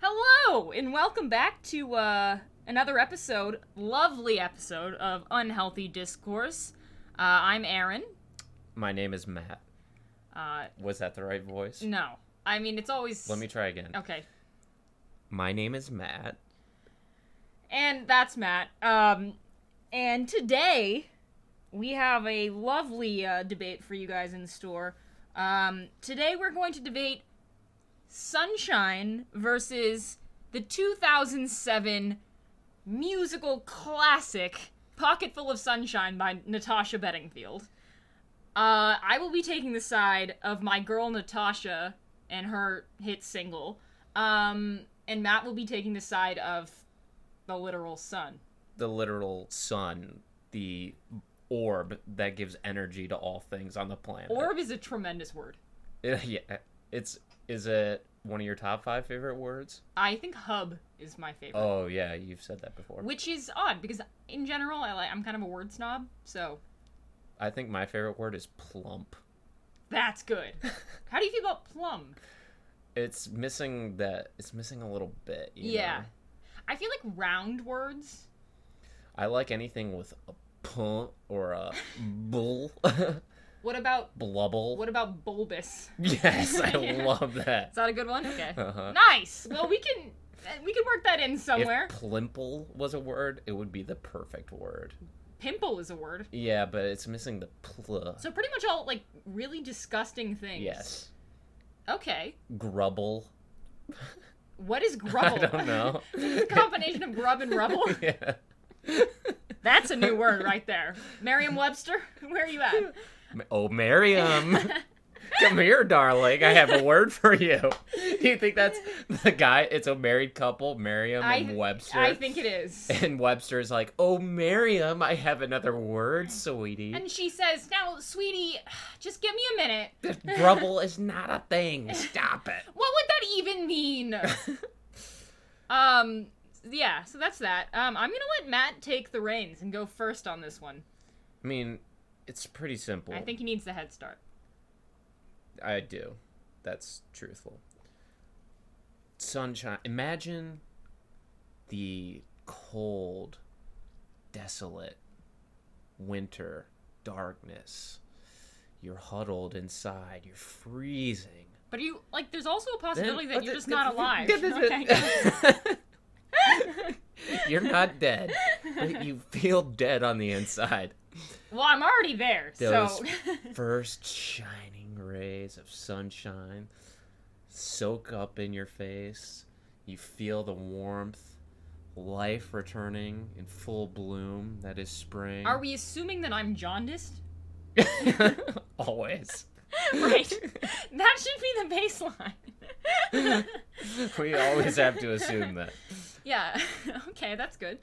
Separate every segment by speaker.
Speaker 1: Hello, and welcome back to uh, another episode, lovely episode of Unhealthy Discourse. Uh, I'm Aaron.
Speaker 2: My name is Matt.
Speaker 1: Uh,
Speaker 2: Was that the right voice?
Speaker 1: no, I mean, it's always.
Speaker 2: Let me try again.
Speaker 1: Mm. Okay.
Speaker 2: My name is Matt.
Speaker 1: And that's Matt. Um, and today, we have a lovely uh, debate for you guys in store. Um, today, we're going to debate Sunshine versus the 2007 musical classic Pocketful of Sunshine by Natasha Bedingfield. Uh, I will be taking the side of my girl Natasha and her hit single. Um, and Matt will be taking the side of the literal sun.
Speaker 2: The literal sun, the orb that gives energy to all things on the planet.
Speaker 1: Orb is a tremendous word.
Speaker 2: yeah. It's is it one of your top five favorite words?
Speaker 1: I think hub is my favorite,
Speaker 2: Oh yeah, you've said that before.
Speaker 1: which is odd because in general I like I'm kind of a word snob, so
Speaker 2: I think my favorite word is plump.
Speaker 1: that's good. How do you feel about plum?
Speaker 2: It's missing that it's missing a little bit. you
Speaker 1: yeah,
Speaker 2: know?
Speaker 1: I feel like round words.
Speaker 2: I like anything with a puh or a bull
Speaker 1: What about
Speaker 2: blubble.
Speaker 1: what about bulbous?
Speaker 2: Yes, I
Speaker 1: Yeah.
Speaker 2: love
Speaker 1: Is
Speaker 2: that.
Speaker 1: that a good one? Okay,
Speaker 2: Uh-huh.
Speaker 1: nice. Well, we can we can work that in somewhere.
Speaker 2: If plimple was a word, it would be the perfect word.
Speaker 1: Pimple is a word.
Speaker 2: Yeah, but it's missing the pl.
Speaker 1: So pretty much all like really disgusting things.
Speaker 2: yes.
Speaker 1: Okay.
Speaker 2: Grubble.
Speaker 1: What is grubble?
Speaker 2: I don't know.
Speaker 1: it's a combination of grub and rubble.
Speaker 2: yeah.
Speaker 1: That's a new word right there. Merriam Webster, where are you at?
Speaker 2: M- Oh, Miriam. Come here, darling. I have a word for you. Do you think that's the guy? It's a married couple, Miriam
Speaker 1: I-
Speaker 2: and Webster.
Speaker 1: I think it is.
Speaker 2: And Webster's like, "Oh, Miriam, I have another word, sweetie.
Speaker 1: And she says, Now, sweetie, just give me a minute.
Speaker 2: Grubble is not a thing. Stop it."
Speaker 1: What would that even mean? um, yeah, so that's that. Um, I'm gonna let Matt take the reins and go first on this one.
Speaker 2: I mean, it's pretty simple.
Speaker 1: I think he needs the head start.
Speaker 2: I do. That's truthful. Sunshine. Imagine the cold, desolate winter darkness. You're huddled inside. You're freezing.
Speaker 1: But you, like, there's also a possibility
Speaker 2: Then- oh,
Speaker 1: that you're just not alive. Okay.
Speaker 2: Okay. you're not dead, but you feel dead on the inside.
Speaker 1: well, I'm already there,
Speaker 2: Those
Speaker 1: so.
Speaker 2: first shining rays of sunshine soak up in your face. You feel the warmth, life returning in full bloom. That is spring.
Speaker 1: Are we assuming that I'm jaundiced?
Speaker 2: always?
Speaker 1: Right. that should be the baseline.
Speaker 2: We always have to assume that.
Speaker 1: yeah. okay, that's good.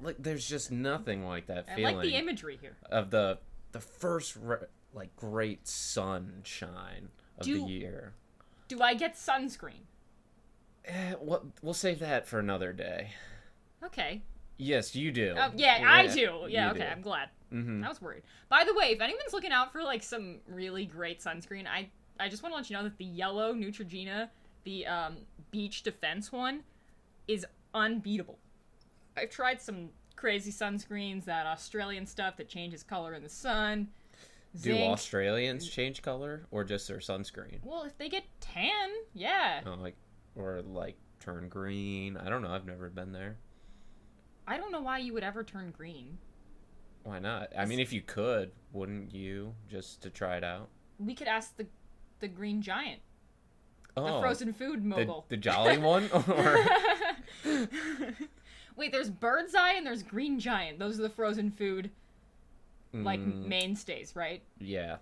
Speaker 2: Like, there's just nothing like that
Speaker 1: I
Speaker 2: feeling
Speaker 1: like the imagery here.
Speaker 2: of the the first re- like great sunshine of
Speaker 1: Do-
Speaker 2: the year.
Speaker 1: Do I get sunscreen?
Speaker 2: Eh, what we'll save that for another day.
Speaker 1: Okay.
Speaker 2: Yes, you do.
Speaker 1: Oh, yeah, I do. Yeah, okay, I'm glad.
Speaker 2: Mm-hmm.
Speaker 1: I was worried. By the way, if anyone's looking out for like some really great sunscreen, I I just want to let you know that the yellow Neutrogena, the um, beach defense one, is unbeatable. I've tried some crazy sunscreens, that Australian stuff that changes color in the sun.
Speaker 2: Do
Speaker 1: zinc.
Speaker 2: Australians change color or just their sunscreen?
Speaker 1: well, if they get tan, yeah.
Speaker 2: Oh, like or like turn green? I don't know. I've never been there.
Speaker 1: I don't know why you would ever turn green.
Speaker 2: Why not? I mean, if you could, wouldn't you just to try it out?
Speaker 1: We could ask the the green giant,
Speaker 2: Oh,
Speaker 1: the frozen food
Speaker 2: the,
Speaker 1: mogul.
Speaker 2: the jolly one, or
Speaker 1: Wait, there's Bird's Eye and there's Green Giant. Those are the frozen food like
Speaker 2: Mm,
Speaker 1: mainstays, right?
Speaker 2: yeah,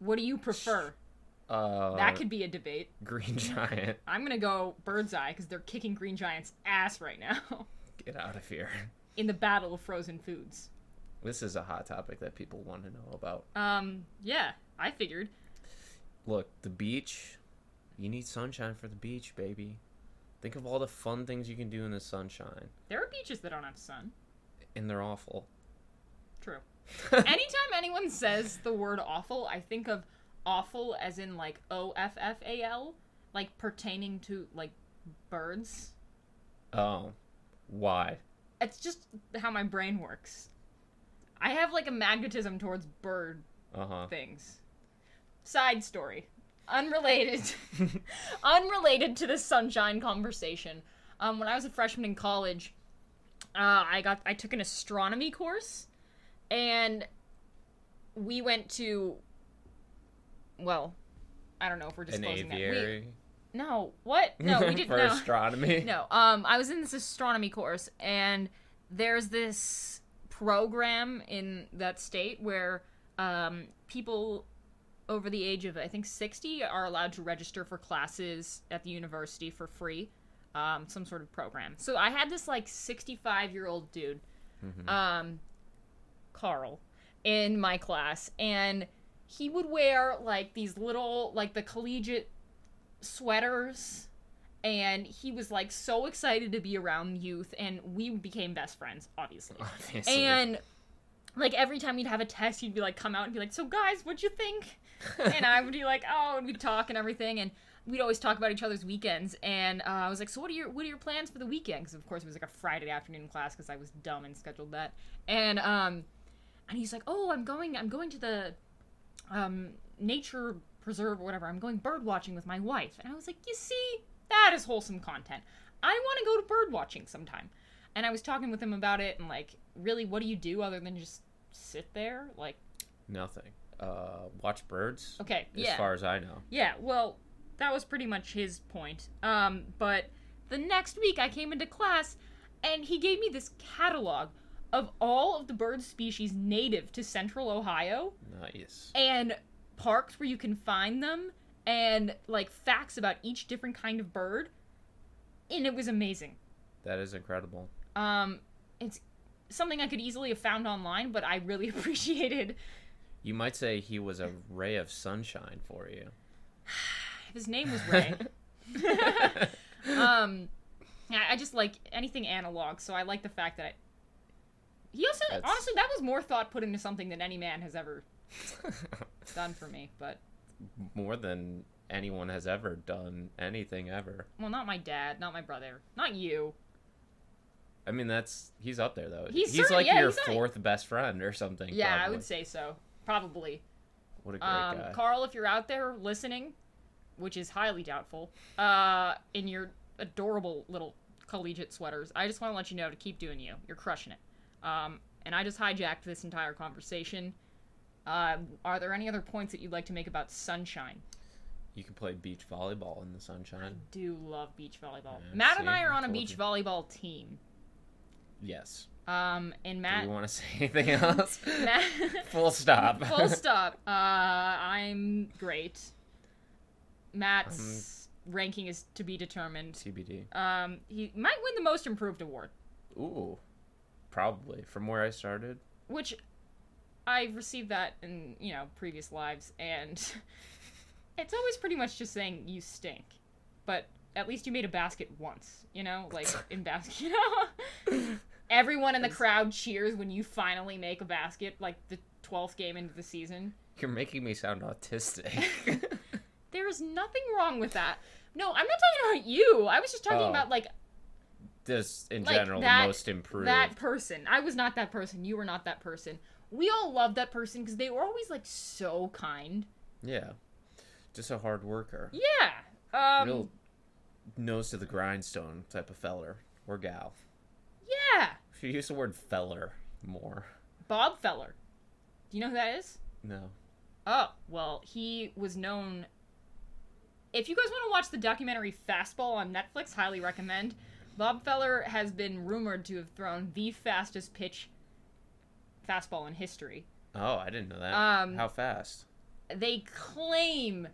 Speaker 1: What do you prefer?
Speaker 2: uh,
Speaker 1: that could be a debate.
Speaker 2: green giant.
Speaker 1: I'm gonna go Bird's Eye because they're kicking Green Giant's ass right now
Speaker 2: Get out of here.
Speaker 1: in the battle of frozen foods.
Speaker 2: This is a hot topic that people want to know about.
Speaker 1: Um, yeah, I figured.
Speaker 2: Look, the beach. You need sunshine for the beach, baby. Think of all the fun things you can do in the sunshine,
Speaker 1: There are beaches that don't have sun.
Speaker 2: and they're awful.
Speaker 1: True. Anytime anyone says the word awful, I think of awful as in like O F F A L, like pertaining to like birds.
Speaker 2: Oh, why?
Speaker 1: It's just how my brain works. I have like a magnetism towards bird
Speaker 2: Uh huh.
Speaker 1: things. Side story. Unrelated. unrelated to the sunshine conversation. Um, when I was a freshman in college, uh, I got I took an astronomy course, and we went to. Well, I don't know if we're
Speaker 2: An
Speaker 1: disclosing that.
Speaker 2: aviary
Speaker 1: We, no, what? No, we didn't.
Speaker 2: for
Speaker 1: know.
Speaker 2: astronomy.
Speaker 1: No, um, I was in this astronomy course, and there's this program in that state where um, people over the age of I think 60 are allowed to register for classes at the university for free, um, some sort of program. So I had this like 65 year old dude, um, Carl, in my class, and he would wear like these little like the collegiate sweaters and he was like so excited to be around youth and we became best friends obviously
Speaker 2: Obviously.
Speaker 1: and like every time we'd have a test he'd be like come out and be like so guys what'd you think and i would be like oh and we'd talk and everything and we'd always talk about each other's weekends and uh, i was like so what are your what are your plans for the weekend because of course it was like a friday afternoon class because i was dumb and scheduled that and um and he's like oh i'm going i'm going to the um nature preserve or whatever i'm going bird watching with my wife and i was like you see that is wholesome content i want to go to bird watching sometime and i was talking with him about it and like really what do you do other than just sit there like
Speaker 2: Nothing. Uh, watch birds.
Speaker 1: okay
Speaker 2: As
Speaker 1: yeah
Speaker 2: far as I know.
Speaker 1: yeah well that was pretty much his point um but the next week i came into class and he gave me this catalog of all of the bird species native to central ohio
Speaker 2: Nice.
Speaker 1: and parks where you can find them and like facts about each different kind of bird and it was amazing
Speaker 2: That is incredible.
Speaker 1: um it's something i could easily have found online but i really appreciated
Speaker 2: You might say he was a ray of sunshine for you.
Speaker 1: if his name was ray um I, I just like anything analog so i like the fact that I, he also
Speaker 2: That's-
Speaker 1: honestly that was more thought put into something than any man has ever done for me but
Speaker 2: More than anyone has ever done anything ever.
Speaker 1: well not my dad not my brother not you
Speaker 2: I mean, that's he's up there though.
Speaker 1: He's certainly-
Speaker 2: like
Speaker 1: yeah,
Speaker 2: your
Speaker 1: he's not-
Speaker 2: fourth best friend or something.
Speaker 1: yeah i
Speaker 2: probably.
Speaker 1: would say so probably
Speaker 2: What a great
Speaker 1: Um,
Speaker 2: guy.
Speaker 1: Carl, if you're out there listening, which is highly doubtful, uh, in your adorable little collegiate sweaters, I just want to let you know to keep doing you. You're crushing it. Um, and I just hijacked this entire conversation. Um, are there any other points that you'd like to make about sunshine?
Speaker 2: You can play beach volleyball in the sunshine.
Speaker 1: Do love beach volleyball.
Speaker 2: Yeah,
Speaker 1: Matt and
Speaker 2: see,
Speaker 1: I are
Speaker 2: I
Speaker 1: on a
Speaker 2: told
Speaker 1: beach
Speaker 2: you.
Speaker 1: volleyball team.
Speaker 2: Yes.
Speaker 1: Um, and
Speaker 2: Do
Speaker 1: Matt,
Speaker 2: you want to say anything else?
Speaker 1: Matt,
Speaker 2: Full stop.
Speaker 1: full stop. Uh, I'm great. Matt's ranking is to be determined.
Speaker 2: TBD.
Speaker 1: Um, he might win the most improved award,
Speaker 2: Ooh, probably from where I started.
Speaker 1: which I've received that in you know previous lives, and it's always pretty much just saying you stink, but at least you made a basket once, you know, like in basket. You know, everyone in the crowd cheers when you finally make a basket, like the twelfth game into the season.
Speaker 2: You're making me sound autistic.
Speaker 1: There is nothing wrong with that. No, I'm not talking about you. I was just talking
Speaker 2: Oh.
Speaker 1: about like
Speaker 2: Just in
Speaker 1: Like,
Speaker 2: general, the
Speaker 1: that-
Speaker 2: most improved.
Speaker 1: that person. I was not that person. You were not that person. We all loved that person because they were always like so kind.
Speaker 2: Yeah, just a hard worker.
Speaker 1: Yeah. Um,
Speaker 2: Real nose to the grindstone type of feller or gal.
Speaker 1: Yeah.
Speaker 2: If you use the word feller more.
Speaker 1: Bob Feller. Do you know who that is?
Speaker 2: No.
Speaker 1: Oh, well, he was known. If you guys want to watch the documentary Fastball on Netflix, highly recommend. Bob Feller has been rumored to have thrown the fastest pitch fastball in history.
Speaker 2: Oh, I didn't know that.
Speaker 1: Um,
Speaker 2: How fast?
Speaker 1: they claim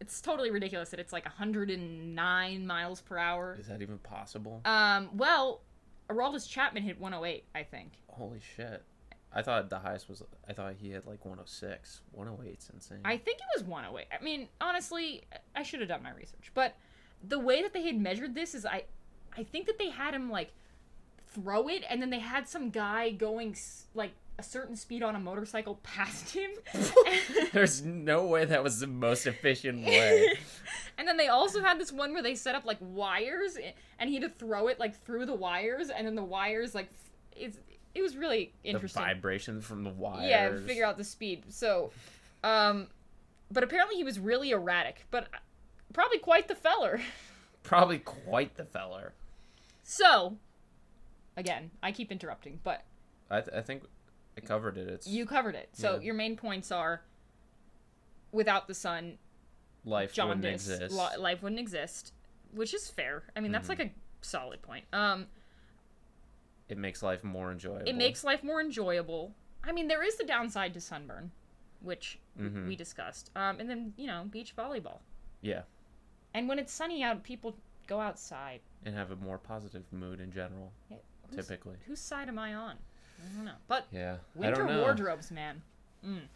Speaker 1: it's totally ridiculous that it's like 109 miles per hour.
Speaker 2: Is that even possible?
Speaker 1: Um, well, Araldus Chapman hit 108, I think.
Speaker 2: Holy shit. I thought the highest was. I thought he had like 106. 108's insane.
Speaker 1: I think it was 108. I mean, honestly, I should have done my research, but the way that they had measured this is I I think that they had him like throw it and then they had some guy going s- like a certain speed on a motorcycle past him.
Speaker 2: There's no way that was the most efficient way.
Speaker 1: and then they also had this one where they set up like wires i- and he had to throw it like through the wires and then the wires like f- it's it was really
Speaker 2: the
Speaker 1: interesting.
Speaker 2: vibration from the wires.
Speaker 1: Yeah, and figure out the speed. So, um, but apparently he was really erratic, but uh, probably quite the feller.
Speaker 2: Probably quite the feller.
Speaker 1: So, again, I keep interrupting, but
Speaker 2: I, th- I think I covered it. It's
Speaker 1: you covered it. So
Speaker 2: Yeah.
Speaker 1: your main points are: without the sun,
Speaker 2: life wouldn't
Speaker 1: jaundice,
Speaker 2: exist. Mm-hmm.
Speaker 1: li- life wouldn't exist, which is fair. I mean, that's like a solid point. Um,
Speaker 2: it makes life more enjoyable.
Speaker 1: it makes life more enjoyable. I mean, there is the downside to sunburn, which
Speaker 2: Mhm.
Speaker 1: we discussed. Um, and then you know, beach volleyball.
Speaker 2: yeah,
Speaker 1: And when it's sunny out, people go outside.
Speaker 2: and have a more positive mood in general.
Speaker 1: Yeah, who's-
Speaker 2: Typically,
Speaker 1: Whose side am I on? I don't know. But
Speaker 2: yeah. I
Speaker 1: winter
Speaker 2: don't know.
Speaker 1: wardrobes, man. Mm.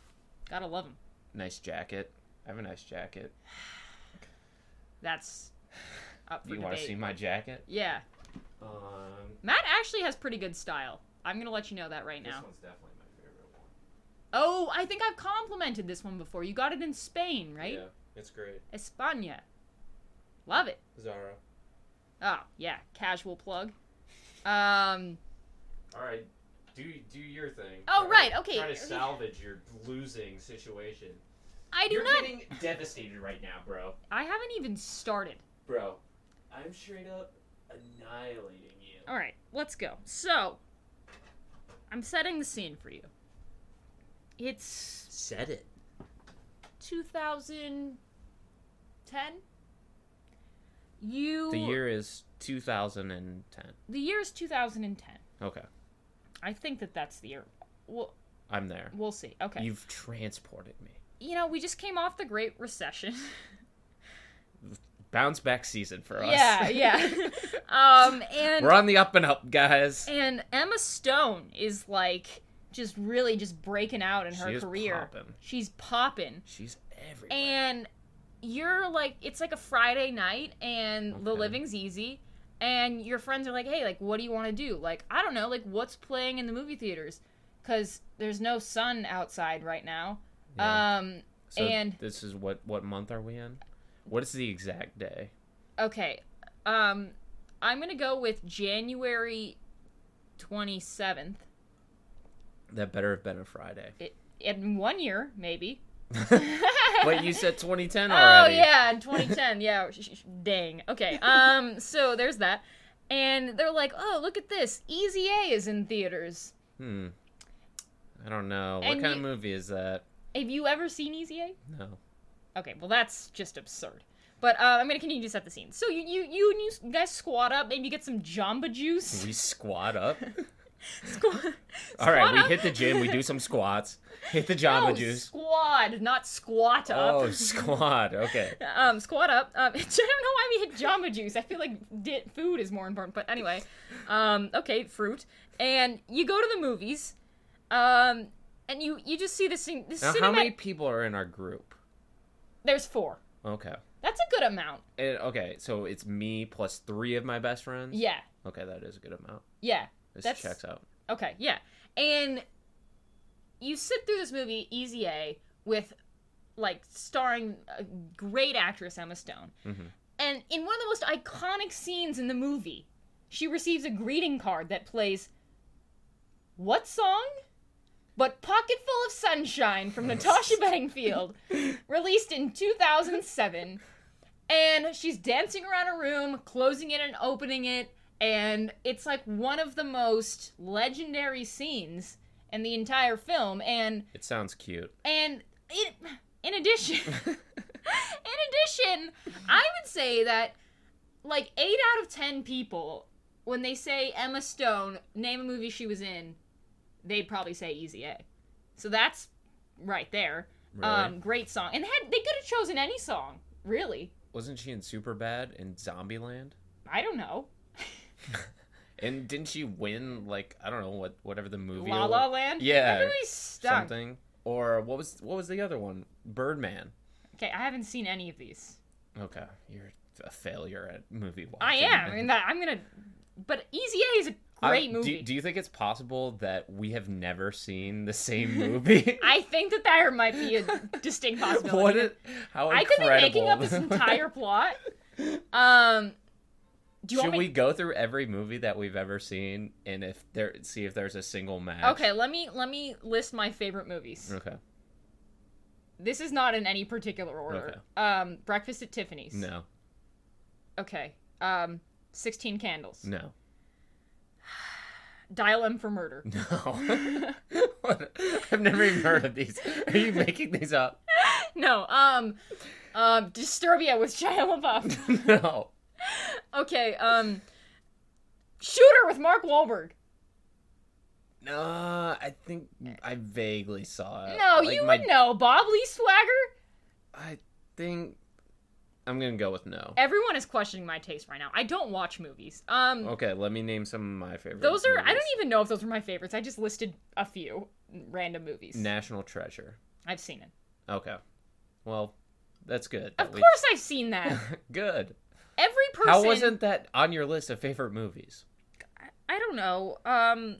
Speaker 1: Gotta love them.
Speaker 2: Nice jacket. I have a nice jacket.
Speaker 1: That's up for
Speaker 2: you want
Speaker 1: debate.
Speaker 2: to see my jacket?
Speaker 1: yeah.
Speaker 2: Um,
Speaker 1: Matt actually has pretty good style. I'm gonna let you know that right now.
Speaker 2: one's definitely my favorite one.
Speaker 1: Oh, I think I've complimented this one before. You got it in Spain, right?
Speaker 2: it's great.
Speaker 1: España. Love it.
Speaker 2: Zara.
Speaker 1: Oh, yeah. Casual plug. Um,
Speaker 2: All right, do do your thing.
Speaker 1: Oh, Try to- right, okay. try to
Speaker 2: salvage your losing situation.
Speaker 1: I do not.
Speaker 2: devastated right now, bro.
Speaker 1: I haven't even started.
Speaker 2: Bro, I'm straight up annihilating you.
Speaker 1: All right, let's go. So, I'm setting the scene for you. It's
Speaker 2: Said it.
Speaker 1: 2010. You
Speaker 2: The year is 2010.
Speaker 1: the year is 2010.
Speaker 2: Okay,
Speaker 1: I think that that's the year. We'll
Speaker 2: I'm there.
Speaker 1: we'll see. Okay.
Speaker 2: You've transported me.
Speaker 1: you know, we just came off the Great Recession.
Speaker 2: Bounce back season for us.
Speaker 1: yeah, yeah. um, and
Speaker 2: We're on the up and up, guys.
Speaker 1: and Emma Stone is like just really just breaking out in her
Speaker 2: She is
Speaker 1: career.
Speaker 2: poppin'.
Speaker 1: She's popping.
Speaker 2: She's everywhere.
Speaker 1: and you're like it's like a friday night and the
Speaker 2: Okay.
Speaker 1: living's easy and your friends are like hey like what do you want to do like i don't know like what's playing in the movie theaters because there's no sun outside right now
Speaker 2: Yeah.
Speaker 1: um
Speaker 2: So
Speaker 1: and-
Speaker 2: this is what what month are we in? What is the exact day?
Speaker 1: okay um i'm gonna go with january 27th
Speaker 2: That better have been a Friday.
Speaker 1: I- in one year maybe
Speaker 2: Wait, you said 2010
Speaker 1: Oh
Speaker 2: already.
Speaker 1: yeah, in 2010. yeah, sh- sh- sh- dang. Okay. Um. So there's that, and they're like, oh, look at this. Easy A is in theaters.
Speaker 2: Hmm. I don't know.
Speaker 1: And
Speaker 2: what kind
Speaker 1: you-
Speaker 2: of movie is that?
Speaker 1: Have you ever seen Easy A?
Speaker 2: No.
Speaker 1: Okay. Well, that's just absurd. But uh, I'm gonna continue to set the scene. So you you you, and you s- guys squat up, maybe get some Jamba Juice.
Speaker 2: We squat up.
Speaker 1: Squ-
Speaker 2: All right,
Speaker 1: squat
Speaker 2: we
Speaker 1: up.
Speaker 2: hit the gym. We do some squats. Hit the
Speaker 1: No,
Speaker 2: Jamba Juice.
Speaker 1: squad, not squat up.
Speaker 2: Oh, squat. Okay.
Speaker 1: um, squat up. Um, I don't know why we hit Jamba Juice. I feel like di- food is more important, but anyway. Um, okay, fruit. And you go to the movies, um, and you you just see this thing. This
Speaker 2: Now,
Speaker 1: cinematic.
Speaker 2: how many people are in our group?
Speaker 1: There's four.
Speaker 2: Okay.
Speaker 1: That's a good amount.
Speaker 2: It- okay, so it's me plus three of my best friends.
Speaker 1: Yeah,
Speaker 2: Okay, that is a good amount.
Speaker 1: yeah.
Speaker 2: This
Speaker 1: That's-
Speaker 2: checks out.
Speaker 1: Okay, yeah. And you sit through this movie, Easy A, with like starring a great actress Emma Stone.
Speaker 2: Mhm.
Speaker 1: And in one of the most iconic scenes in the movie, she receives a greeting card that plays what song? But Pocket Full of Sunshine from Natasha Bedingfield, released in 2007. And she's dancing around a room, closing it and opening it. And it's like one of the most legendary scenes in the entire film. And
Speaker 2: It sounds cute.
Speaker 1: and it, in addition, in addition, I would say that like eight out of ten people, when they say Emma Stone, name a movie she was in, they'd probably say Easy A. So that's right there.
Speaker 2: Really?
Speaker 1: Um, great song, and they had they could have chosen any song, really.
Speaker 2: Wasn't she in Superbad and Zombieland?
Speaker 1: I don't know,
Speaker 2: And didn't she win like I don't know what whatever the movie
Speaker 1: La La Land.
Speaker 2: Yeah,
Speaker 1: that really stunk.
Speaker 2: something or what was what was the other one? Birdman.
Speaker 1: Okay, I haven't seen any of these.
Speaker 2: Okay, you're a failure at movie watching.
Speaker 1: I am. I mean, that I'm gonna. But Easy A is a Great
Speaker 2: I-
Speaker 1: movie.
Speaker 2: Do, do you think it's possible that we have never seen the same movie?
Speaker 1: I think that there might be a distinct possibility.
Speaker 2: what? Is, how
Speaker 1: I could be
Speaker 2: incredible!
Speaker 1: making up this entire plot. Um, do you
Speaker 2: Should
Speaker 1: want me?
Speaker 2: we go through every movie that we've ever seen and if there see if there's a single match?
Speaker 1: Okay, let me let me list my favorite movies.
Speaker 2: Okay.
Speaker 1: This is not in any particular order. Um, Breakfast at Tiffany's.
Speaker 2: No.
Speaker 1: Okay. Um, Sixteen Candles.
Speaker 2: No.
Speaker 1: Dial M for Murder.
Speaker 2: No. What- I've never even heard of these. Are you making these up?
Speaker 1: no. Um, um, Disturbia with Shia LaBeouf.
Speaker 2: no.
Speaker 1: Okay. Um, Shooter with Mark Wahlberg.
Speaker 2: No, I think I vaguely saw it.
Speaker 1: No,
Speaker 2: Uh, Like,
Speaker 1: you
Speaker 2: my-
Speaker 1: would know. Bob Lee Swagger.
Speaker 2: I think I'm gonna go with no.
Speaker 1: Everyone is questioning my taste right now. I don't watch movies. Um,
Speaker 2: Okay, let me name some of my favorite.
Speaker 1: those are. I
Speaker 2: movies.
Speaker 1: don't even know if those were my favorites. I just listed a few random movies.
Speaker 2: National Treasure.
Speaker 1: I've seen it.
Speaker 2: Okay, well, that's good.
Speaker 1: Of
Speaker 2: that we-
Speaker 1: course, I've seen that.
Speaker 2: good.
Speaker 1: Every person.
Speaker 2: How wasn't that on your list of favorite movies?
Speaker 1: I don't know. Um,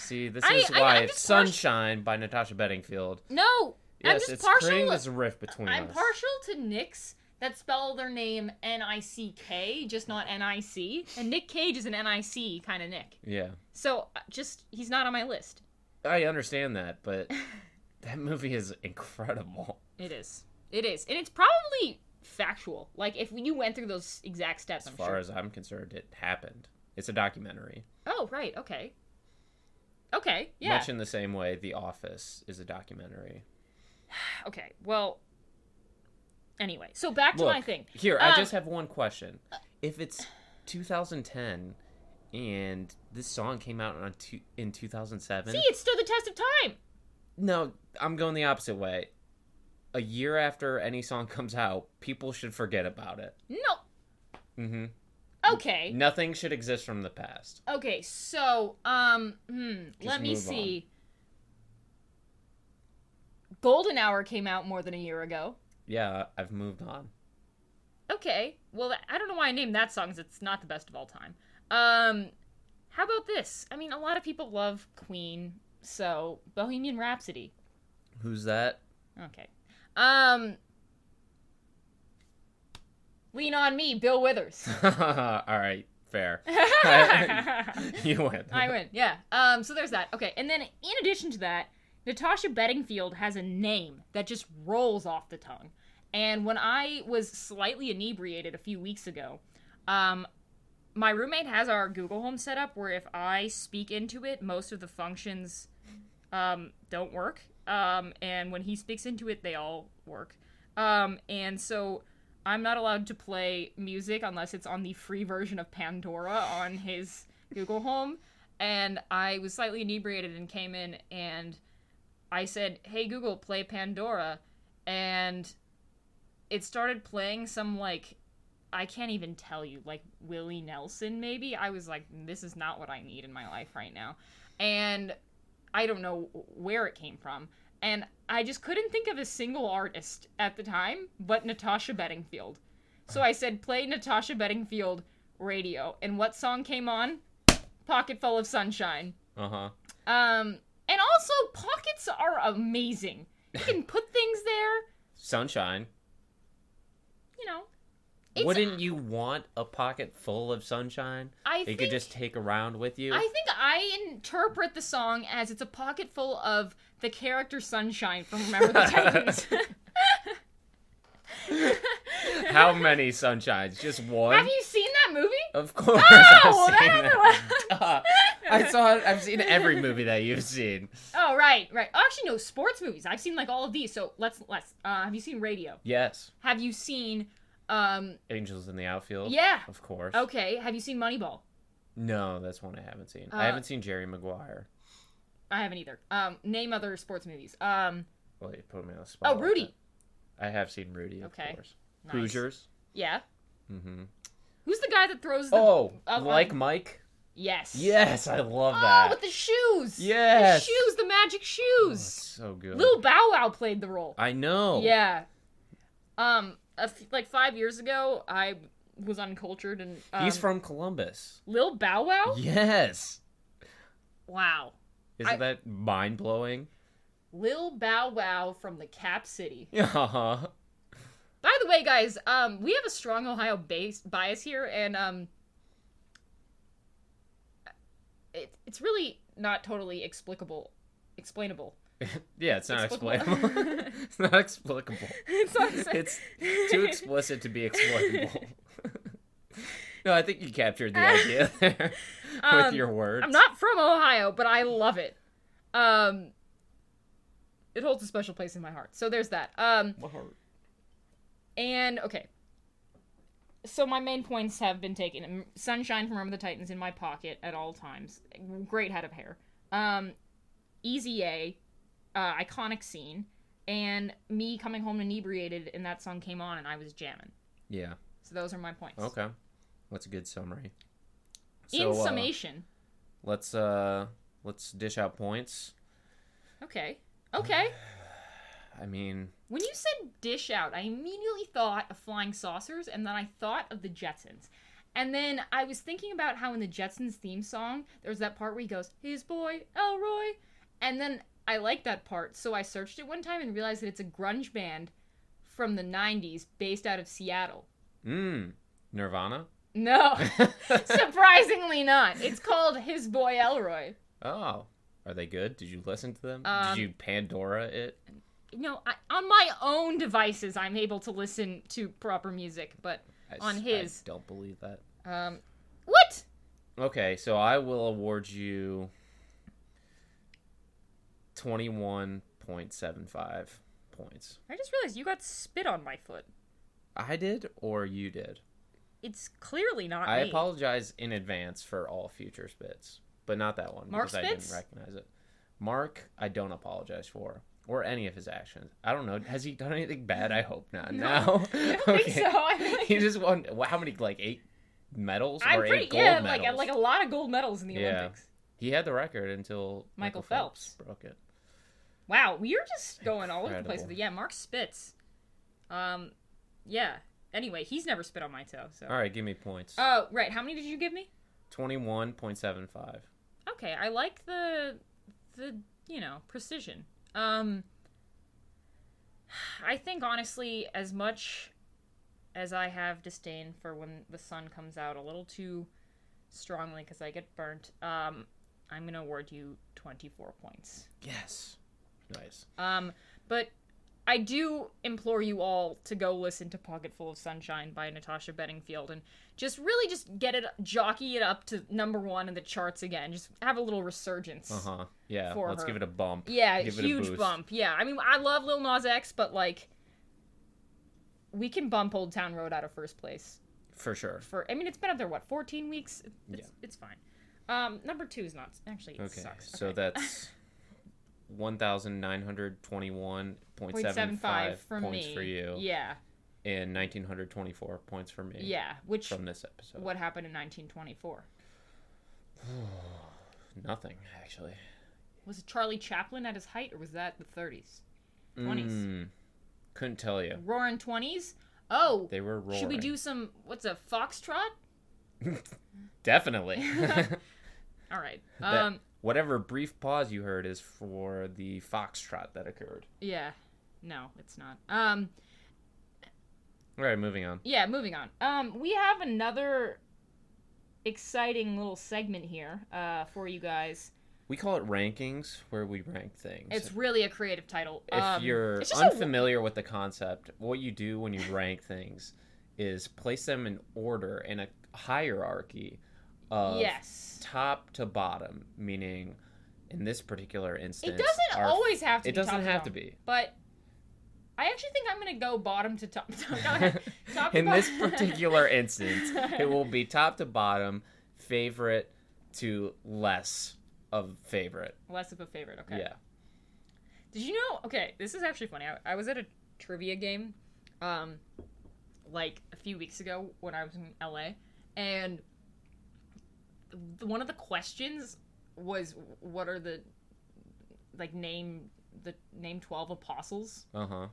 Speaker 2: See, this
Speaker 1: I-
Speaker 2: is
Speaker 1: I-
Speaker 2: why
Speaker 1: I'm
Speaker 2: it's
Speaker 1: just partial-
Speaker 2: Sunshine by Natasha Bedingfield.
Speaker 1: no. I'm
Speaker 2: Yes,
Speaker 1: just
Speaker 2: it's creating
Speaker 1: partial.
Speaker 2: this rift between
Speaker 1: I'm
Speaker 2: us.
Speaker 1: partial to Nicks that spell their name N I C K, just not N I C. And Nick Cage is an N I C kind of Nick.
Speaker 2: Yeah,
Speaker 1: So uh, just he's not on my list.
Speaker 2: I understand that, but that movie is incredible.
Speaker 1: It is. It is, and it's probably factual. Like if you went through those exact steps,
Speaker 2: As
Speaker 1: I'm
Speaker 2: far
Speaker 1: sure.
Speaker 2: as I'm concerned, it happened. It's a documentary.
Speaker 1: Oh right. Okay. Okay. Yeah.
Speaker 2: Much in the same way, The Office is a documentary.
Speaker 1: Okay. Well. Anyway, so back to my thing.
Speaker 2: Here,
Speaker 1: Um, uh,
Speaker 2: I just have one question. If it's 2010 and this song came out on two, in 2007,
Speaker 1: See, it stood the test of time.
Speaker 2: no, I'm going the opposite way. A year after any song comes out, people should forget about it.
Speaker 1: No.
Speaker 2: hmm
Speaker 1: Okay.
Speaker 2: Nothing should exist from the past.
Speaker 1: Okay, so um, hmm, let me
Speaker 2: move on.
Speaker 1: see. Golden Hour came out more than a year ago.
Speaker 2: Yeah, I've moved on.
Speaker 1: Okay, well, I don't know why I named that song. 'cause It's not the best of all time. Um, how about this? I mean, a lot of people love Queen, so Bohemian Rhapsody.
Speaker 2: Who's that?
Speaker 1: Okay. Um, Lean on Me, Bill Withers.
Speaker 2: All right, fair. you win.
Speaker 1: I win. Yeah. Um. So there's that. Okay. And then in addition to that, Natasha Bedingfield has a name that just rolls off the tongue. And when I was slightly inebriated a few weeks ago, um, my roommate has our Google Home set up where if I speak into it, most of the functions um, don't work. Um, and when he speaks into it, they all work. Um, and so I'm not allowed to play music unless it's on the free version of Pandora on his Google Home. And I was slightly inebriated and came in and I said, Hey Google, play Pandora. And it started playing some like I can't even tell you, like Willie Nelson, maybe. I was like, this is not what I need in my life right now. And I don't know where it came from. And I just couldn't think of a single artist at the time but Natasha Bedingfield. So I said, play Natasha Bedingfield radio. And what song came on? Pocket Full of Sunshine.
Speaker 2: Uh huh.
Speaker 1: Um, and also, pockets are amazing. You can put things there,
Speaker 2: Sunshine.
Speaker 1: you know. It's,
Speaker 2: Wouldn't you want a pocket full of sunshine?
Speaker 1: I
Speaker 2: that you
Speaker 1: think,
Speaker 2: could just take around with you.
Speaker 1: I think I interpret the song as it's a pocket full of the character Sunshine from Remember the Titans.
Speaker 2: How many sunshines? Just one.
Speaker 1: Have you seen that movie?
Speaker 2: Of course,
Speaker 1: Oh,
Speaker 2: I've seen
Speaker 1: that
Speaker 2: that. Duh. I saw. it- I've seen every movie that you've seen.
Speaker 1: Oh right, right. Actually, no sports movies. I've seen like all of these. So let's let's. Uh, have you seen Radio?
Speaker 2: Yes,
Speaker 1: Have you seen? Um.
Speaker 2: Angels in the Outfield.
Speaker 1: Yeah.
Speaker 2: of course.
Speaker 1: Okay. Have you seen Moneyball?
Speaker 2: No, that's one I haven't seen.
Speaker 1: Uh,
Speaker 2: I haven't seen Jerry Maguire.
Speaker 1: I haven't either. Um. Name other sports movies. Um.
Speaker 2: Well, you put me on the spot.
Speaker 1: Oh,
Speaker 2: like
Speaker 1: Rudy.
Speaker 2: that. I have seen Rudy. Of
Speaker 1: Okay.
Speaker 2: course.
Speaker 1: Nice.
Speaker 2: Hoosiers.
Speaker 1: Yeah.
Speaker 2: Mm-hmm.
Speaker 1: Who's the guy that throws the?
Speaker 2: Oh,
Speaker 1: of-
Speaker 2: like
Speaker 1: of-
Speaker 2: Mike.
Speaker 1: Yes.
Speaker 2: Yes, I love
Speaker 1: Oh,
Speaker 2: that.
Speaker 1: with the shoes.
Speaker 2: Yes.
Speaker 1: The shoes. The magic
Speaker 2: Oh,
Speaker 1: shoes.
Speaker 2: it's so good.
Speaker 1: Lil Bow Wow played the role.
Speaker 2: I know.
Speaker 1: Yeah. Um, a f- like five years ago, I was uncultured and um, Oh.
Speaker 2: He's from Columbus.
Speaker 1: Lil Bow Wow.
Speaker 2: Yes.
Speaker 1: Wow,
Speaker 2: Isn't
Speaker 1: I-
Speaker 2: that mind blowing?
Speaker 1: Lil Bow Wow from the Cap City.
Speaker 2: Uh-huh.
Speaker 1: By the way, guys, um, we have a strong Ohio base bias here, and um, it, it's really not totally explicable, explainable.
Speaker 2: Yeah, it's not
Speaker 1: Explicable.
Speaker 2: explainable. it's not explicable.
Speaker 1: it's not the same.
Speaker 2: It's too explicit to be explicable. no, I think you captured the idea there with
Speaker 1: Um,
Speaker 2: your words.
Speaker 1: I'm not from Ohio, but I love it. Um, it holds a special place in my heart. So there's that. Um,
Speaker 2: Wow.
Speaker 1: and okay. So my main points have been taken. Um, Sunshine from Remember the Titans in my pocket at all times. Great head of hair. Um, Easy A, uh, iconic scene, and me coming home inebriated, and that song came on, and I was jamming.
Speaker 2: Yeah.
Speaker 1: So those are my points.
Speaker 2: Okay. That's a good summary.
Speaker 1: in
Speaker 2: uh,
Speaker 1: summation,
Speaker 2: let's uh let's dish out points.
Speaker 1: okay, okay.
Speaker 2: I mean,
Speaker 1: When you said dish out, I immediately thought of flying saucers and then I thought of the Jetsons. And then I was thinking about how in the Jetsons theme song, there's that part where he goes, his boy, Elroy. And then I like that part, so I searched it one time and realized that it's a grunge band from the 90s based out of Seattle.
Speaker 2: mm, Nirvana.
Speaker 1: No, surprisingly not. It's called His Boy Elroy.
Speaker 2: oh, are they good? Did you listen to them?
Speaker 1: Um,
Speaker 2: Did you Pandora it?
Speaker 1: You know, I, on my own devices, I'm able to listen to proper music, but
Speaker 2: I s-
Speaker 1: on his.
Speaker 2: I don't believe that.
Speaker 1: um, what?
Speaker 2: Okay, so I will award you 21.75 points.
Speaker 1: I just realized you got spit on my foot.
Speaker 2: I did or you did?
Speaker 1: It's clearly not
Speaker 2: I
Speaker 1: me.
Speaker 2: apologize in advance for all future spits, but not that one
Speaker 1: Mark
Speaker 2: because I didn't
Speaker 1: Spitz?
Speaker 2: recognize it. Mark, I don't apologize for or any of his actions. I don't know. Has he done anything bad? I hope not.
Speaker 1: No.
Speaker 2: No.
Speaker 1: I don't think so. I
Speaker 2: He just won wh- how many like 8 medals
Speaker 1: am
Speaker 2: or 8
Speaker 1: pretty
Speaker 2: gold
Speaker 1: yeah,
Speaker 2: medals?
Speaker 1: like like a lot of gold medals in the
Speaker 2: Yeah.
Speaker 1: Olympics.
Speaker 2: He had the record until
Speaker 1: Michael Phelps.
Speaker 2: broke it.
Speaker 1: Wow, you're just going all over the place.
Speaker 2: Incredible.
Speaker 1: With it. Yeah, Mark Spitz. Um, yeah. Anyway, he's never spit on my toe. So.
Speaker 2: All right, give me points.
Speaker 1: Oh, right. How many did you give me?
Speaker 2: Twenty-one point seven five.
Speaker 1: Okay, I like the the you know precision. Um, I think honestly, as much as I have disdain for when the sun comes out a little too strongly because I get burnt, um, I'm gonna award you 24 points.
Speaker 2: Yes. Nice.
Speaker 1: Um, but I do implore you all to go listen to Pocketful of Sunshine by Natasha Bedingfield and just really just get it jockey it up to number one in the charts again. Just have a little resurgence.
Speaker 2: Uh huh. Yeah.
Speaker 1: For
Speaker 2: let's
Speaker 1: her.
Speaker 2: give it a bump.
Speaker 1: Yeah,
Speaker 2: Give it a
Speaker 1: huge
Speaker 2: boost.
Speaker 1: bump. Yeah, I mean, I love Lil Nas X, but like, we can bump Old Town Road out of first place
Speaker 2: for sure.
Speaker 1: for. I mean, it's been up there what 14 weeks. It's,
Speaker 2: Yeah.
Speaker 1: it's fine. Um, number two is not actually it
Speaker 2: Okay.
Speaker 1: sucks.
Speaker 2: So
Speaker 1: Okay.
Speaker 2: that's one thousand nine hundred twenty-one point
Speaker 1: 0.75
Speaker 2: seven
Speaker 1: for
Speaker 2: five points
Speaker 1: me.
Speaker 2: for you,
Speaker 1: Yeah,
Speaker 2: and nineteen hundred twenty-four points for me.
Speaker 1: yeah. Which
Speaker 2: From this episode,
Speaker 1: what happened in 1924?
Speaker 2: nothing actually.
Speaker 1: Was it Charlie Chaplin at his height, or was that the 30s, 20s,
Speaker 2: Mm, couldn't tell you.
Speaker 1: roaring 20s? Oh,
Speaker 2: They were roaring.
Speaker 1: should we do some? What's a foxtrot?
Speaker 2: Definitely.
Speaker 1: All right.
Speaker 2: that-
Speaker 1: Um,
Speaker 2: whatever brief pause you heard is for the foxtrot that occurred.
Speaker 1: yeah. No, it's not. Um.
Speaker 2: All right, moving on.
Speaker 1: yeah moving on um we have another exciting little segment here uh for you guys
Speaker 2: We call it rankings, where we rank things.
Speaker 1: it's really a creative title
Speaker 2: if
Speaker 1: um,
Speaker 2: you're
Speaker 1: it's just a-
Speaker 2: unfamiliar with the concept, what you do when you rank things is place them in order in a hierarchy of
Speaker 1: yes
Speaker 2: top to bottom, meaning in this particular instance,
Speaker 1: it doesn't
Speaker 2: our-
Speaker 1: always have to
Speaker 2: it
Speaker 1: be
Speaker 2: doesn't
Speaker 1: top
Speaker 2: have to
Speaker 1: bottom,
Speaker 2: be.
Speaker 1: but i actually think i'm gonna go bottom to top go ahead. top to
Speaker 2: in this
Speaker 1: bottom.
Speaker 2: particular instance, it will be top to bottom, favorite to less of favorite.
Speaker 1: less of a favorite okay
Speaker 2: Yeah.
Speaker 1: Did you know? Okay, this is actually funny. I, I was at a trivia game, um, like a few weeks ago when I was in LA, and th- one of the questions was, "What are the like name the name twelve apostles?"
Speaker 2: Uh huh.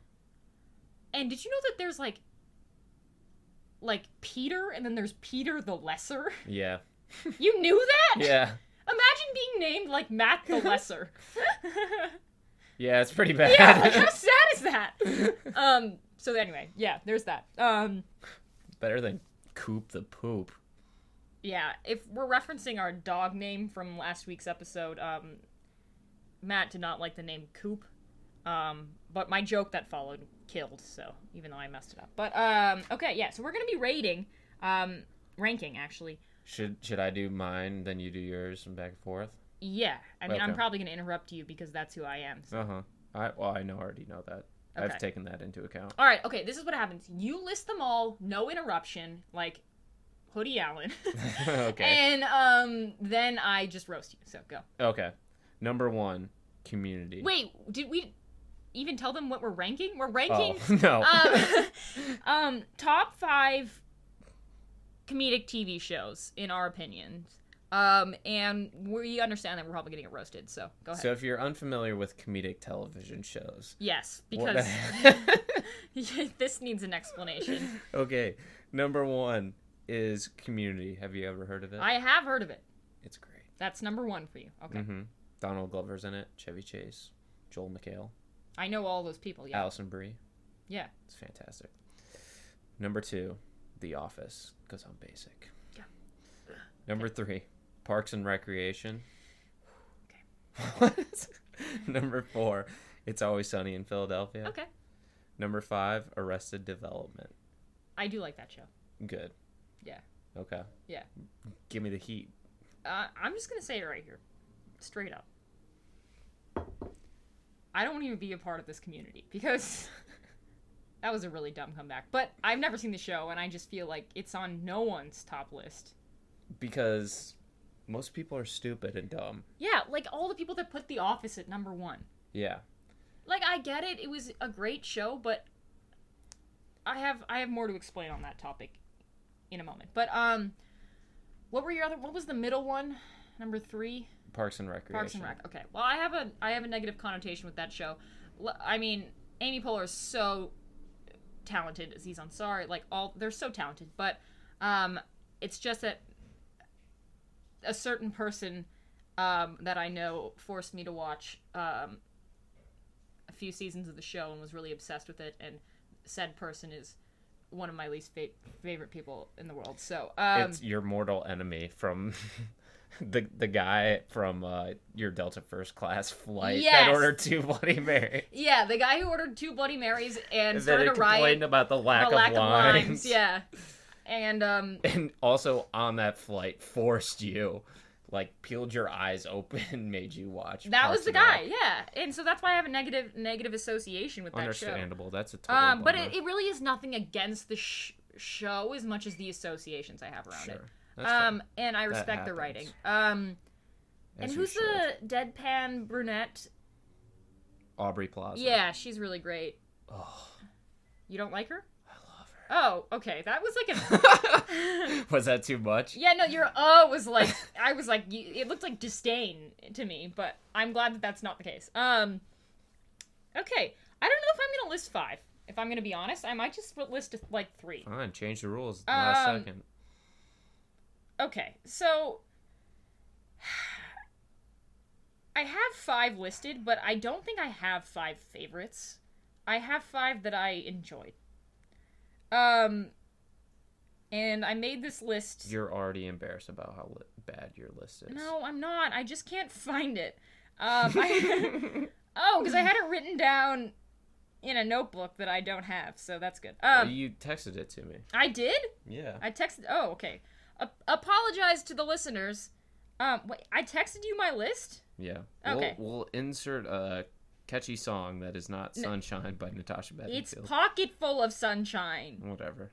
Speaker 1: And did you know that there's like like Peter and then there's Peter the Lesser.
Speaker 2: Yeah.
Speaker 1: You knew that?
Speaker 2: Yeah.
Speaker 1: Imagine being named like Matt the Lesser.
Speaker 2: Yeah, it's pretty bad.
Speaker 1: yeah, like how sad is that? Um so anyway, yeah, there's that. Um
Speaker 2: Better than Coop the Poop.
Speaker 1: yeah, if we're referencing our dog name from last week's episode, um Matt did not like the name Coop. Um but my joke that followed killed, so even though I messed it up. But um okay, yeah, so we're going to be rating um ranking actually.
Speaker 2: Should should I do mine, then you do yours, and back and forth?
Speaker 1: Yeah, I mean, I'm
Speaker 2: Okay.
Speaker 1: probably going to interrupt you because that's who I am. so-
Speaker 2: Uh huh. I well, I know already know that.
Speaker 1: Okay.
Speaker 2: I've taken that into account.
Speaker 1: All right, okay, this is what happens. You list them all, no interruption, like Hoodie Allen.
Speaker 2: okay.
Speaker 1: And um, then I just roast you, so go.
Speaker 2: Okay. Number one, community.
Speaker 1: Wait, did we even tell them what we're ranking? We're
Speaker 2: Oh
Speaker 1: ranking
Speaker 2: no.
Speaker 1: um, um, top five comedic TV shows, in our opinion. Um, and we understand that we're probably getting it roasted, so go ahead.
Speaker 2: so if you're unfamiliar with comedic television shows,
Speaker 1: yes,
Speaker 2: what
Speaker 1: because
Speaker 2: the-
Speaker 1: this needs an explanation.
Speaker 2: okay, number one is Community. Have you ever heard of it?
Speaker 1: I have heard of it.
Speaker 2: It's great.
Speaker 1: That's number one for you. Okay.
Speaker 2: hmm Donald Glover's in it. Chevy Chase, Joel McHale,
Speaker 1: I know all those people. Yeah.
Speaker 2: Allison Brie.
Speaker 1: Yeah.
Speaker 2: It's fantastic. Number two, The Office, because I'm basic.
Speaker 1: Yeah.
Speaker 2: Number three, Parks and Recreation.
Speaker 1: Okay.
Speaker 2: What? Number four, It's Always Sunny in Philadelphia.
Speaker 1: Okay.
Speaker 2: Number five, Arrested Development.
Speaker 1: I do like that show.
Speaker 2: Good.
Speaker 1: Yeah.
Speaker 2: Okay.
Speaker 1: Yeah.
Speaker 2: Give me the heat.
Speaker 1: Uh, I'm just gonna say it right here, straight up. I don't want to even be a part of this community because that was a really dumb comeback. But I've never seen the show, and I just feel like it's on no one's top list.
Speaker 2: Because most people are stupid and dumb.
Speaker 1: Yeah, like all the people that put The Office at number one.
Speaker 2: Yeah.
Speaker 1: Like I get it; it was a great show, but I have I have more to explain on that topic in a moment. But um, what were your other? What was the middle one? Number three.
Speaker 2: Parks and Recreation.
Speaker 1: Parks and Rec. Okay. Well, I have a I have a negative connotation with that show. L- I mean, Amy Poehler is so talented. Aziz Ansari, like all they're so talented, but um, it's just that a certain person um, that I know forced me to watch um, a few seasons of the show and was really obsessed with it. And said person is one of my least fa- favorite people in the world. So um,
Speaker 2: it's your mortal enemy from the the guy from uh, your Delta first class flight
Speaker 1: Yes.
Speaker 2: that ordered two Bloody Mary.
Speaker 1: yeah, the guy who ordered two Bloody Marys and
Speaker 2: And then
Speaker 1: started
Speaker 2: it
Speaker 1: a riot.
Speaker 2: complained about the lack,
Speaker 1: the lack
Speaker 2: of, lines.
Speaker 1: Yeah. And um
Speaker 2: And also on that flight forced you, like peeled your eyes open, made you watch.
Speaker 1: that was
Speaker 2: Parks
Speaker 1: the
Speaker 2: and Rec.
Speaker 1: guy, yeah. And so that's why I have a negative negative association with that show.
Speaker 2: Understandable. That's a total.
Speaker 1: Um but
Speaker 2: bummer.
Speaker 1: it, it really is nothing against the sh- show as much as the associations I have around it.
Speaker 2: Sure. That's fair.
Speaker 1: Um and I respect the
Speaker 2: happens.
Speaker 1: writing. Um
Speaker 2: As
Speaker 1: and
Speaker 2: you
Speaker 1: who's
Speaker 2: should.
Speaker 1: the deadpan brunette?
Speaker 2: Aubrey Plaza?
Speaker 1: Yeah, she's really great.
Speaker 2: Oh,
Speaker 1: You don't like her?
Speaker 2: I love
Speaker 1: Oh, okay. That was like a
Speaker 2: her. was that too much?
Speaker 1: Yeah, no, your oh was like I was like you, it looked like disdain to me, but I'm glad that that's not the case. Um, okay, I don't know if I'm gonna list five. If I'm gonna be honest, I might just list like three.
Speaker 2: Fine, change the rules at the last
Speaker 1: Um,
Speaker 2: second.
Speaker 1: Okay, so I have five listed, but I don't think I have five favorites. I have five that I enjoyed. Um, and I made this list.
Speaker 2: You're already embarrassed about how li- bad your list is.
Speaker 1: No, I'm not. I just can't find it. Um, I, oh, because I had it written down in a notebook that I don't have, so that's good.
Speaker 2: Well,
Speaker 1: Um,
Speaker 2: you texted it to me.
Speaker 1: I did.
Speaker 2: Yeah.
Speaker 1: I texted. Oh, okay. A- apologize to the listeners. Um, wait, I texted you my list.
Speaker 2: Yeah.
Speaker 1: Okay.
Speaker 2: We'll, we'll insert a catchy song that is not "Sunshine" by Natasha
Speaker 1: It's
Speaker 2: Bedingfield.
Speaker 1: pocket full of sunshine.
Speaker 2: Whatever.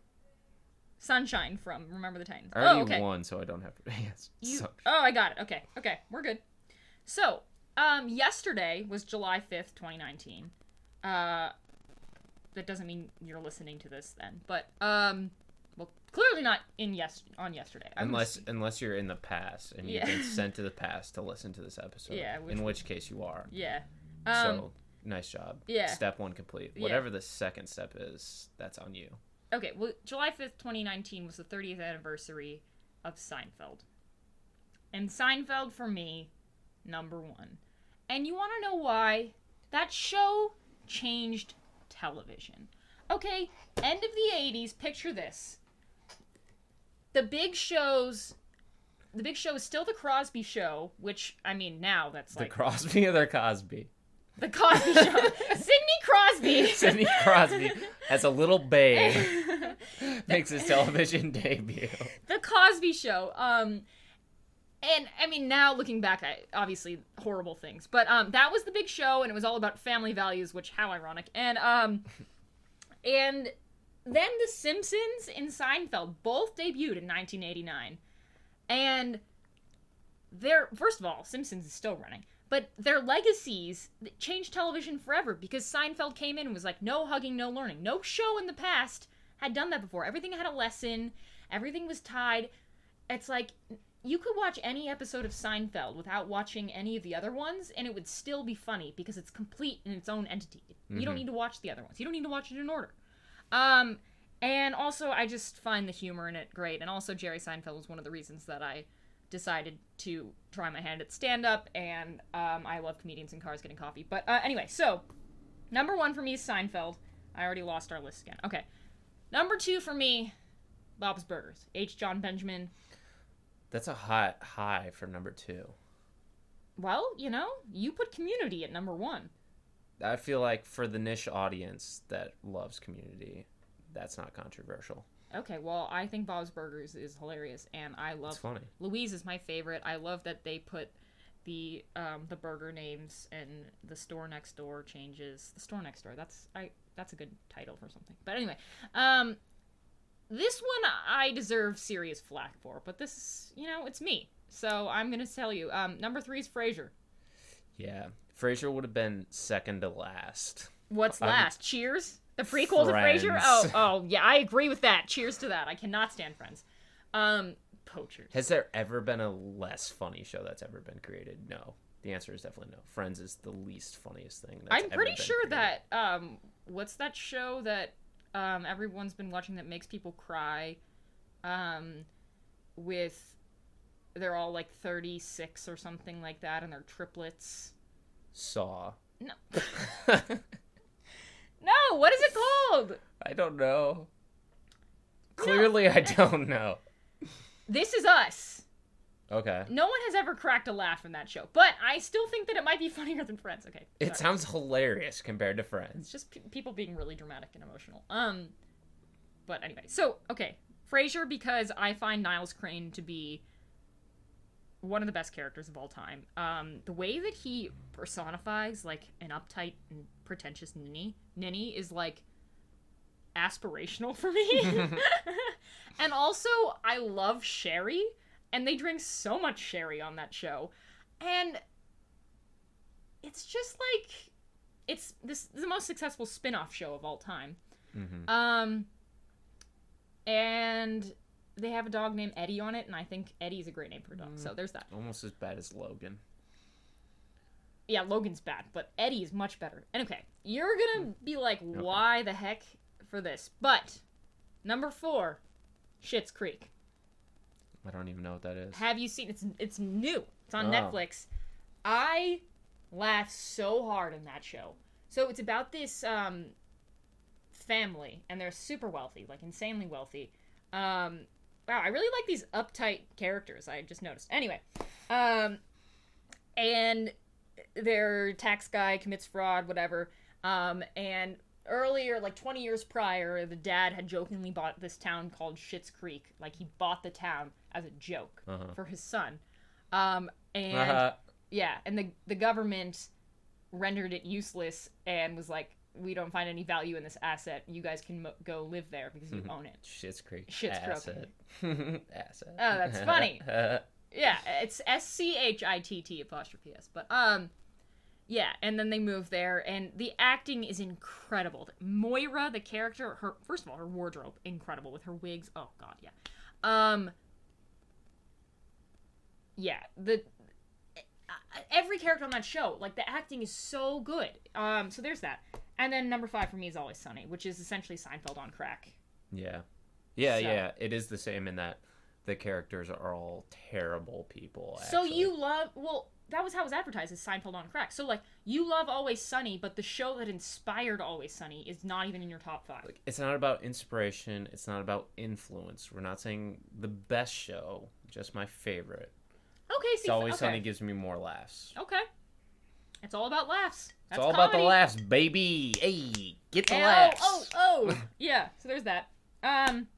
Speaker 1: Sunshine from Remember the Titans.
Speaker 2: I already
Speaker 1: oh, okay.
Speaker 2: won, so I don't have to. Yes.
Speaker 1: You-
Speaker 2: Sun-
Speaker 1: oh, I got it. Okay, okay, we're good. So, um, yesterday was July fifth, twenty nineteen. Uh, that doesn't mean you're listening to this then, but um, well, clearly not in yes on yesterday. I'm
Speaker 2: Unless
Speaker 1: just-
Speaker 2: unless you're in the past and
Speaker 1: Yeah.
Speaker 2: you've been sent to the past to listen to this episode.
Speaker 1: Yeah, which
Speaker 2: in which case you are.
Speaker 1: yeah, um,
Speaker 2: so nice job.
Speaker 1: yeah.
Speaker 2: Step one complete.
Speaker 1: Yeah.
Speaker 2: Whatever the second step is, that's on you.
Speaker 1: okay, well, July 5th, 2019 was the 30th anniversary of Seinfeld. And Seinfeld, for me, number one. And you want to know why? That show changed television. Okay, end of the 80s, picture this. The big shows. The big show is still the Crosby show, which, I mean, now that's
Speaker 2: The
Speaker 1: like.
Speaker 2: Crosby or the Cosby?
Speaker 1: The Cosby Show. Sidney Crosby.
Speaker 2: Sidney Crosby, as a little babe, makes his television debut.
Speaker 1: the Cosby Show. Um, and I mean, now looking back, I obviously horrible things, but um, that was the big show, and it was all about family values, which how ironic. And um, and then The Simpsons and Seinfeld both debuted in 1989, and their first of all, Simpsons is still running. But their legacies that changed television forever because Seinfeld came in and was like, no hugging, no learning. No show in the past had done that before. Everything had a lesson, everything was tied. It's like you could watch any episode of Seinfeld without watching any of the other ones, and it would still be funny because it's complete in its own entity. You don't need to watch the other ones, you don't need to watch it in order. Um, and also, I just find the humor in it great. And also, Jerry Seinfeld was one of the reasons that I decided to try my hand at stand up. And um, I love comedians in cars getting coffee. But uh, anyway, so number one for me is Seinfeld. I already lost our list again. Okay. Number two for me, Bob's Burgers. H. John Benjamin.
Speaker 2: That's a hot high for number two.
Speaker 1: Well, you know, you put community at number one.
Speaker 2: I feel like for the niche audience that loves community, that's not controversial.
Speaker 1: Okay, well, I think Bob's Burgers is hilarious, and I love
Speaker 2: It's funny.
Speaker 1: Louise is my favorite. I love that they put the um, the burger names and the store next door changes. The store next door. That's I. That's a good title for something. But anyway, um, this one I deserve serious flack for. But this is you know it's me, so I'm gonna tell you. Um, number three is Frasier.
Speaker 2: Yeah. Frasier would have been second to last.
Speaker 1: What's
Speaker 2: I'm-
Speaker 1: last? Cheers. The prequel to Frasier.
Speaker 2: Friends.
Speaker 1: Oh, oh yeah, I agree with that. Cheers to that. I cannot stand Friends. Um, poachers.
Speaker 2: Has there ever been a less funny show that's ever been created? No. The answer is definitely no. Friends is the least funniest thing. That's
Speaker 1: I'm
Speaker 2: ever
Speaker 1: pretty
Speaker 2: been
Speaker 1: sure
Speaker 2: created.
Speaker 1: that um, what's that show that um everyone's been watching that makes people cry, um, with they're all like 36 or something like that, and they're triplets.
Speaker 2: Saw.
Speaker 1: No, no, what is it called?
Speaker 2: I don't know. Clearly, I don't know.
Speaker 1: This is us.
Speaker 2: Okay.
Speaker 1: No one has ever cracked a laugh in that show, but I still think that it might be funnier than Friends. Okay,
Speaker 2: It
Speaker 1: sorry.
Speaker 2: sounds hilarious compared to Friends.
Speaker 1: it's just pe- people being really dramatic and emotional. Um, but anyway, so okay, Frasier because I find Niles Crane to be one of the best characters of all time. Um, the way that he personifies like an uptight and pretentious ninny ninny is like aspirational for me. and also, I love sherry, and they drink so much sherry on that show, and it's just like it's this is the most successful spin-off show of all time.
Speaker 2: Mhm.
Speaker 1: Um, and they have a dog named Eddie on it, and I think Eddie's a great name for a dog. So there's that.
Speaker 2: Almost as bad as Logan.
Speaker 1: Yeah, Logan's bad, but Eddie is much better. And okay, you're gonna be like, why the heck for this? But number four, Shit's Creek.
Speaker 2: I don't even know what that is.
Speaker 1: Have you seen? It's it's new. It's on
Speaker 2: Oh.
Speaker 1: Netflix. I laugh so hard in that show. So it's about this um, family, and they're super wealthy, like insanely wealthy. Um, wow, I really like these uptight characters. I just noticed. Anyway, um, and their tax guy commits fraud, whatever. Um, and earlier, like 20 years prior, the dad had jokingly bought this town called Schitt's Creek. Like he bought the town as a joke
Speaker 2: Uh-huh.
Speaker 1: for his son. Um, and
Speaker 2: Uh,
Speaker 1: yeah, and the the government rendered it useless and was like, we don't find any value in this asset. You guys can mo- go live there because you own it.
Speaker 2: Shit's Creek.
Speaker 1: Schitt's Creek.
Speaker 2: Asset. Asset.
Speaker 1: Oh, that's funny. Yeah, it's S C H I T T apostrophe S. But um, yeah, and then they move there, and the acting is incredible. Moira, the character, her first of all, her wardrobe incredible with her wigs. Oh God, yeah. Um, yeah, the e, every character on that show, like the acting is so good. Um, so there's that. And then number five for me is always Sunny, which is essentially Seinfeld on crack.
Speaker 2: Yeah. Yeah,
Speaker 1: So-
Speaker 2: yeah. It is the same in that the characters are all terrible people.
Speaker 1: So
Speaker 2: actually.
Speaker 1: you love well, that was how it was advertised as Seinfeld on crack. So like you love Always Sunny, but the show that inspired Always Sunny is not even in your top five.
Speaker 2: like it's not about inspiration, it's not about influence. We're not saying the best show, just my favorite.
Speaker 1: okay, see,
Speaker 2: It's always
Speaker 1: okay.
Speaker 2: Sunny gives me more laughs.
Speaker 1: Okay, it's all about laughs.
Speaker 2: It's
Speaker 1: That's
Speaker 2: all about
Speaker 1: comedy.
Speaker 2: the laughs, baby. Hey, get the
Speaker 1: Yeah,
Speaker 2: laughs.
Speaker 1: Oh, oh, oh. yeah. So there's that. Um,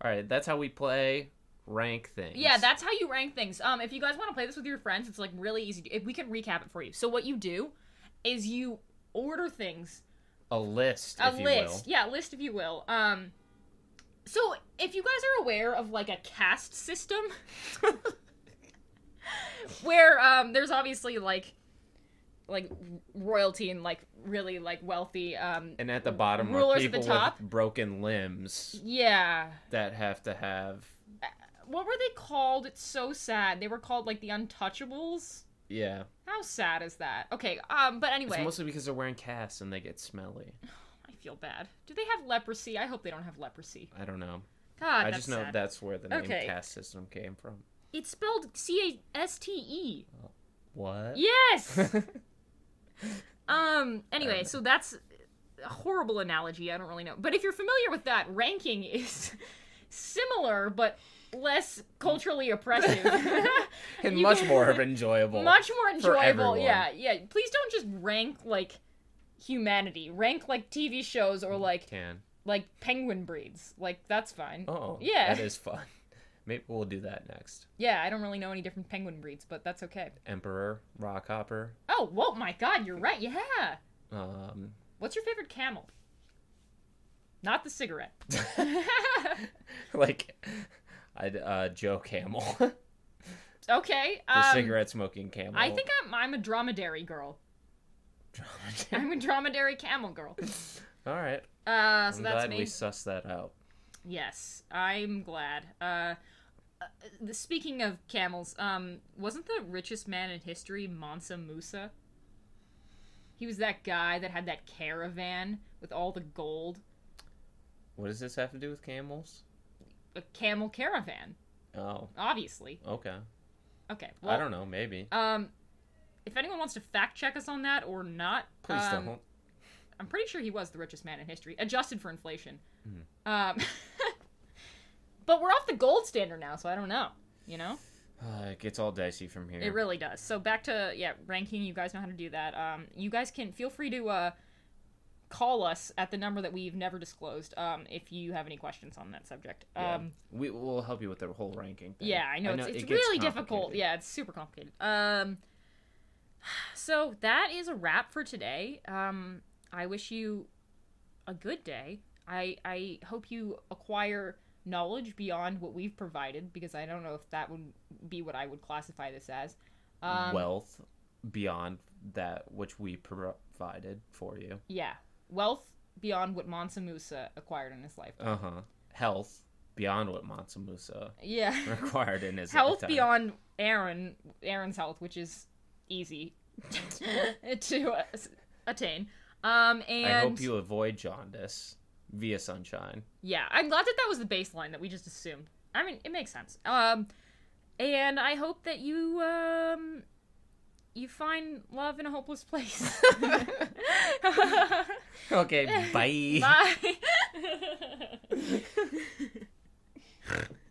Speaker 2: All right, that's how we play rank things.
Speaker 1: yeah, that's how you rank things. Um, if you guys want to play this with your friends, it's like really easy. If we can recap it for you. So what you do is you order things
Speaker 2: a list.
Speaker 1: a
Speaker 2: if you
Speaker 1: list yeah list if you will um so if you guys are aware of like a caste system where um there's obviously like like royalty and like really like wealthy um
Speaker 2: And at the bottom are
Speaker 1: Rulers at the
Speaker 2: people
Speaker 1: top.
Speaker 2: with broken limbs
Speaker 1: yeah
Speaker 2: that have to have
Speaker 1: what were they called it's so sad they were called like the untouchables
Speaker 2: yeah.
Speaker 1: how sad is that okay um but anyway
Speaker 2: It's mostly because they're wearing casts and they get smelly.
Speaker 1: i feel bad do they have leprosy i hope they don't have leprosy
Speaker 2: I don't know.
Speaker 1: god
Speaker 2: I
Speaker 1: Oh, that's
Speaker 2: just know
Speaker 1: sad.
Speaker 2: that's where the name
Speaker 1: Okay.
Speaker 2: cast system came from.
Speaker 1: it's spelled c-a-s-t-e
Speaker 2: What?
Speaker 1: E. yes Um. Anyway,
Speaker 2: Um,
Speaker 1: so that's a horrible analogy. I don't really know, but if you're familiar with that, ranking is similar but less culturally oppressive,
Speaker 2: and
Speaker 1: You
Speaker 2: much
Speaker 1: can-
Speaker 2: more enjoyable.
Speaker 1: much more
Speaker 2: For
Speaker 1: enjoyable.
Speaker 2: everyone.
Speaker 1: Yeah, yeah. Please don't just rank like humanity. Rank like TV shows or like
Speaker 2: can.
Speaker 1: like penguin breeds. Like that's fine.
Speaker 2: Oh,
Speaker 1: Yeah.
Speaker 2: That is fun. Maybe we'll do that next.
Speaker 1: Yeah, I don't really know any different penguin breeds, but that's okay.
Speaker 2: Emperor, Rockhopper.
Speaker 1: Oh, whoa, my God, you're right. Yeah.
Speaker 2: Um,
Speaker 1: What's your favorite camel? Not the cigarette.
Speaker 2: like, I'd, uh, Joe Camel, the
Speaker 1: Okay. Um,
Speaker 2: cigarette smoking camel.
Speaker 1: I think I'm, I'm a dromedary girl. I'm a dromedary camel girl.
Speaker 2: All right.
Speaker 1: Uh, so
Speaker 2: I'm
Speaker 1: that's
Speaker 2: glad
Speaker 1: me.
Speaker 2: we sussed that out.
Speaker 1: Yes, I'm glad. Uh, uh, the- speaking of camels, um, wasn't the richest man in history Mansa Musa? He was that guy that had that caravan with all the gold.
Speaker 2: What does this have to do with camels?
Speaker 1: A camel caravan,
Speaker 2: Oh,
Speaker 1: obviously.
Speaker 2: okay.
Speaker 1: Okay. Well,
Speaker 2: I don't know. Maybe.
Speaker 1: Um, if anyone wants to fact check us on that or not,
Speaker 2: Please
Speaker 1: um,
Speaker 2: don't.
Speaker 1: I'm pretty sure he was the richest man in history, adjusted for inflation.
Speaker 2: Mhm.
Speaker 1: Um, but we're off the gold standard now, so I don't know. You know,
Speaker 2: Uh, it gets all dicey from here.
Speaker 1: it really does. So back to yeah, ranking. You guys know how to do that. Um, you guys can feel free to uh, call us at the number that we've never disclosed. Um, if you have any questions on that subject.
Speaker 2: Yeah.
Speaker 1: Um,
Speaker 2: we will help you with the whole ranking thing.
Speaker 1: yeah, I know,
Speaker 2: it
Speaker 1: it's, it's
Speaker 2: gets
Speaker 1: really difficult.
Speaker 2: complicated.
Speaker 1: Yeah, it's super complicated. Um, so that is a wrap for today. Um, I wish you a good day. I I hope you acquire knowledge beyond what we've provided because I don't know if that would be what I would classify this as. Um,
Speaker 2: wealth beyond that which we provided for you.
Speaker 1: yeah, wealth beyond what Mansa Musa acquired in his life.
Speaker 2: Uh huh. Health beyond what Mansa Musa
Speaker 1: Yeah,
Speaker 2: required in his
Speaker 1: health
Speaker 2: lifetime.
Speaker 1: beyond Aaron Aaron's health, which is easy to uh, s- attain. Um, and
Speaker 2: I hope you avoid jaundice via sunshine.
Speaker 1: yeah, I'm glad that that was the baseline that we just assumed. I mean, it makes sense. Um, and I hope that you um you find love in a hopeless place.
Speaker 2: Okay, bye.
Speaker 1: Bye.